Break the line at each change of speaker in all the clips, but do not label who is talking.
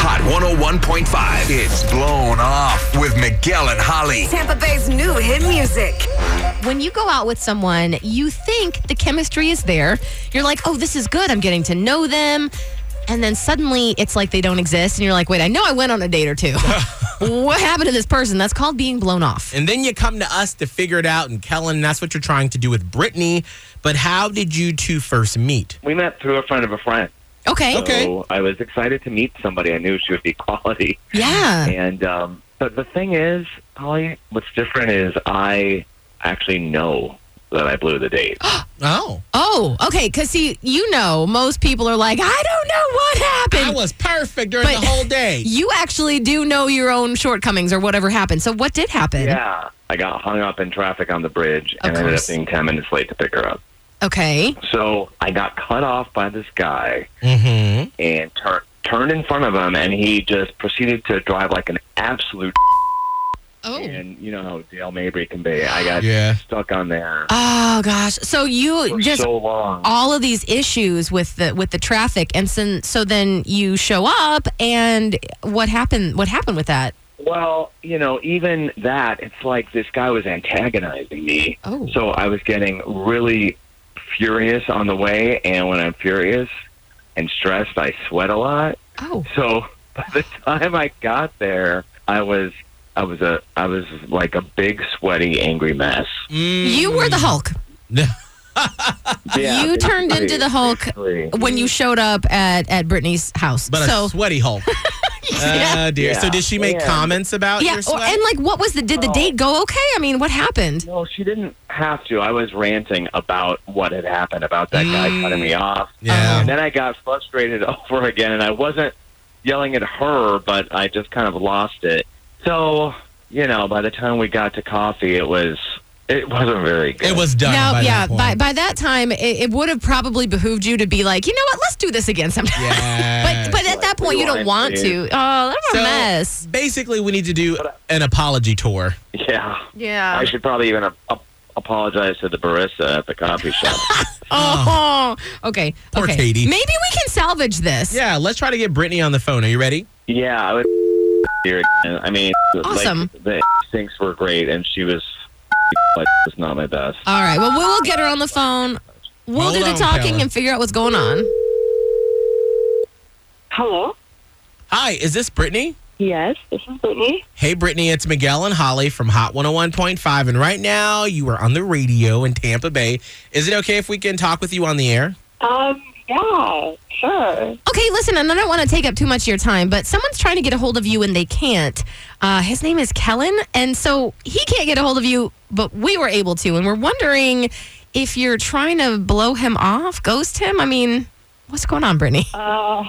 Hot 101.5. It's blown off with Miguel and Holly.
Tampa Bay's new hit music.
When you go out with someone, you think the chemistry is there. You're like, oh, this is good. I'm getting to know them. And then suddenly it's like they don't exist. And you're like, wait, I know I went on a date or two. what happened to this person? That's called being blown off.
And then you come to us to figure it out. And Kellen, that's what you're trying to do with Brittany. But how did you two first meet?
We met through a friend of a friend.
Okay.
Okay.
So I was excited to meet somebody. I knew she would be quality.
Yeah.
And um, but the thing is, Holly, what's different is I actually know that I blew the date.
Oh,
Oh, okay. Because, see, you know, most people are like, I don't know what happened.
I was perfect during
But-
the whole day.
you actually do know your own shortcomings or whatever happened. So, what did happen?
yeah. I got hung up in traffic on the bridge
Of
and ended up
course.
being ten minutes late to pick her up.
Okay.
So I got cut off by this guy
Mm-hmm.
and tur- turned in front of him, and he just proceeded to drive like an absolute.
Oh.
And you know how Dale Mabry can be. I got
Yeah.
stuck on there
Oh gosh. So you
for
just
so long.
all of these issues with the with the traffic and so, so then you show up and what happened what happened with that?
Well, you know, even that, it's like this guy was antagonizing me.
Oh.
So I was getting really furious on the way, and when I'm furious and stressed, I sweat a lot.
Oh.
So by the time I got there, I was I was a I was like a big sweaty angry mess.
You were the Hulk You turned
basically-
into the Hulk.
basically.
when you showed up at at Brittany's house.
But
so
a sweaty Hulk. Uh, dear. So
Yeah.
did she make
Yeah.
comments about
yeah,
your
or-
sweat?
and like what was the did the
Oh.
date go okay? I mean, what happened?
No, she didn't have to. I was ranting about what had happened about that guy cutting me off.
yeah.
And then I got frustrated over again, and I wasn't yelling at her, but I just kind of lost it. So, you know, by the time we got to coffee, it was it wasn't very good.
it was done.
now,
by
yeah,
that point.
by by that time it, it would have probably behooved you to be like, you know what, let's do this again sometime.
Yeah.
but but at that point you don't
Rewind,
want to.
please.
Oh, that's a
So-
mess.
Basically, we need to do an apology tour.
Yeah,
Yeah.
I should probably even a- a- apologize to the barista at the coffee shop.
Oh, okay.
Poor
okay.
Katie.
Maybe we can salvage this.
Yeah, let's try to get Brittany on the phone. Are you ready?
yeah, I was here. Again. I mean,
Awesome.
like, the things were great, and she was like, was not my best.
All right. Well, we will get her on the phone. We'll
Hold
do the
on,
talking
Kellen.
and figure out what's going on.
Hello.
Hi, is this Brittany?
Yes, this is Brittany.
Hey, Brittany, it's Miguel and Holly from Hot 101.5. And right now, you are on the radio in Tampa Bay. Is it okay if we can talk with you on the air?
Um, yeah, sure.
Okay, listen, and I don't want to take up too much of your time, but someone's trying to get a hold of you and they can't. Uh, his name is Kellen, and so he can't get a hold of you, but we were able to. And we're wondering if you're trying to blow him off, ghost him. I mean, what's going on, Brittany?
Uh,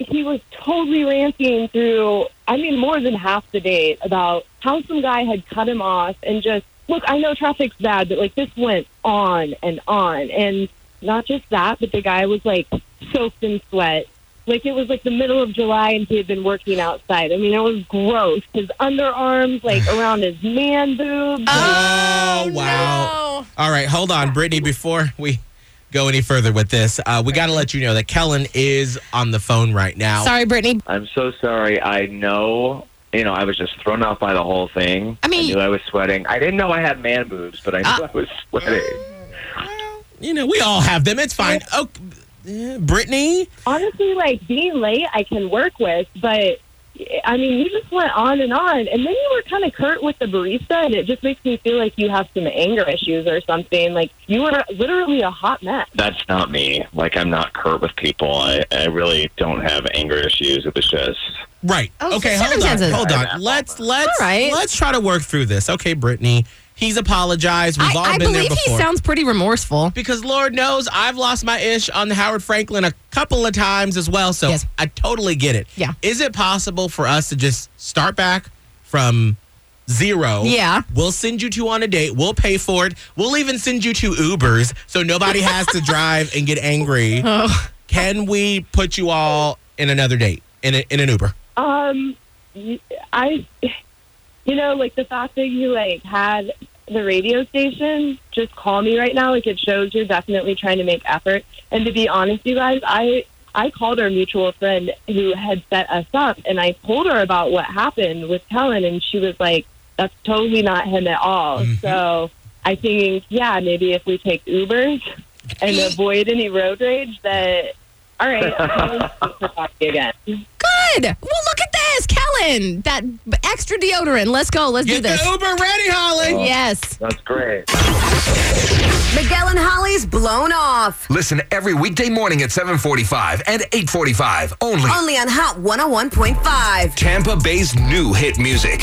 he was totally ranting through, I mean, more than half the date about how some guy had cut him off and just, look, I know traffic's bad, but like this went on and on. And not just that, but the guy was like soaked in sweat. Like it was like the middle of July and he had been working outside. I mean, it was gross. His underarms, like around his man boobs.
Oh, wow. All right, hold on, Brittany, before we go any further with this, uh, we got to let you know that Kellen is on the phone right now.
Sorry, Brittany.
I'm so sorry. I know, you know, I was just thrown off by the whole thing.
I mean- Uh,
I knew I was sweating. I didn't know I had man boobs, but I knew I was sweating.
You know, we all have them. It's fine. Oh, eh, Brittany?
honestly, like being late, I can work with, but I mean, you just went on and on, and then you were kind of curt with the barista, and it just makes me feel like you have some anger issues or something. Like you were literally a hot mess.
That's not me. Like, I'm not curt with people. I, I really don't have anger issues. It was just,
Right.
Oh,
okay, hold on.
circumstances.
Hold on. Let's let's
All right.
let's try to work through this. Okay, Brittany. He's apologized. We've all
I, I
been
believe
there
he
before.
sounds pretty remorseful.
because Lord knows I've lost my ish on the Howard Franklin a couple of times as well. So
Yes.
I totally get it.
Yeah.
Is it possible for us to just start back from zero?
Yeah.
We'll send you two on a date. We'll pay for it. We'll even send you two Ubers so nobody has to drive and get angry.
Oh.
Can we put you all in another date in, a, in an Uber?
Um, y- I, you know, like the fact that you like had the radio station just call me right now. Like it shows you're definitely trying to make effort. And to be honest, you guys, I I called our mutual friend who had set us up, and I told her about what happened with Helen, and she was like, "That's totally not him at all." So I think, yeah, maybe if we take Ubers and avoid any road rage, that. All right, I'm going to talk to you again.
Good. Well, look at this, Kellen. That b- extra deodorant. Let's go. Let's do
Get
this.
the Uber ready, Holly.
Yes.
That's great.
Miguel and Holly's Blown Off.
Listen every weekday morning at 745 and 845 only.
Only on Hot 101.5.
Tampa Bay's new hit music.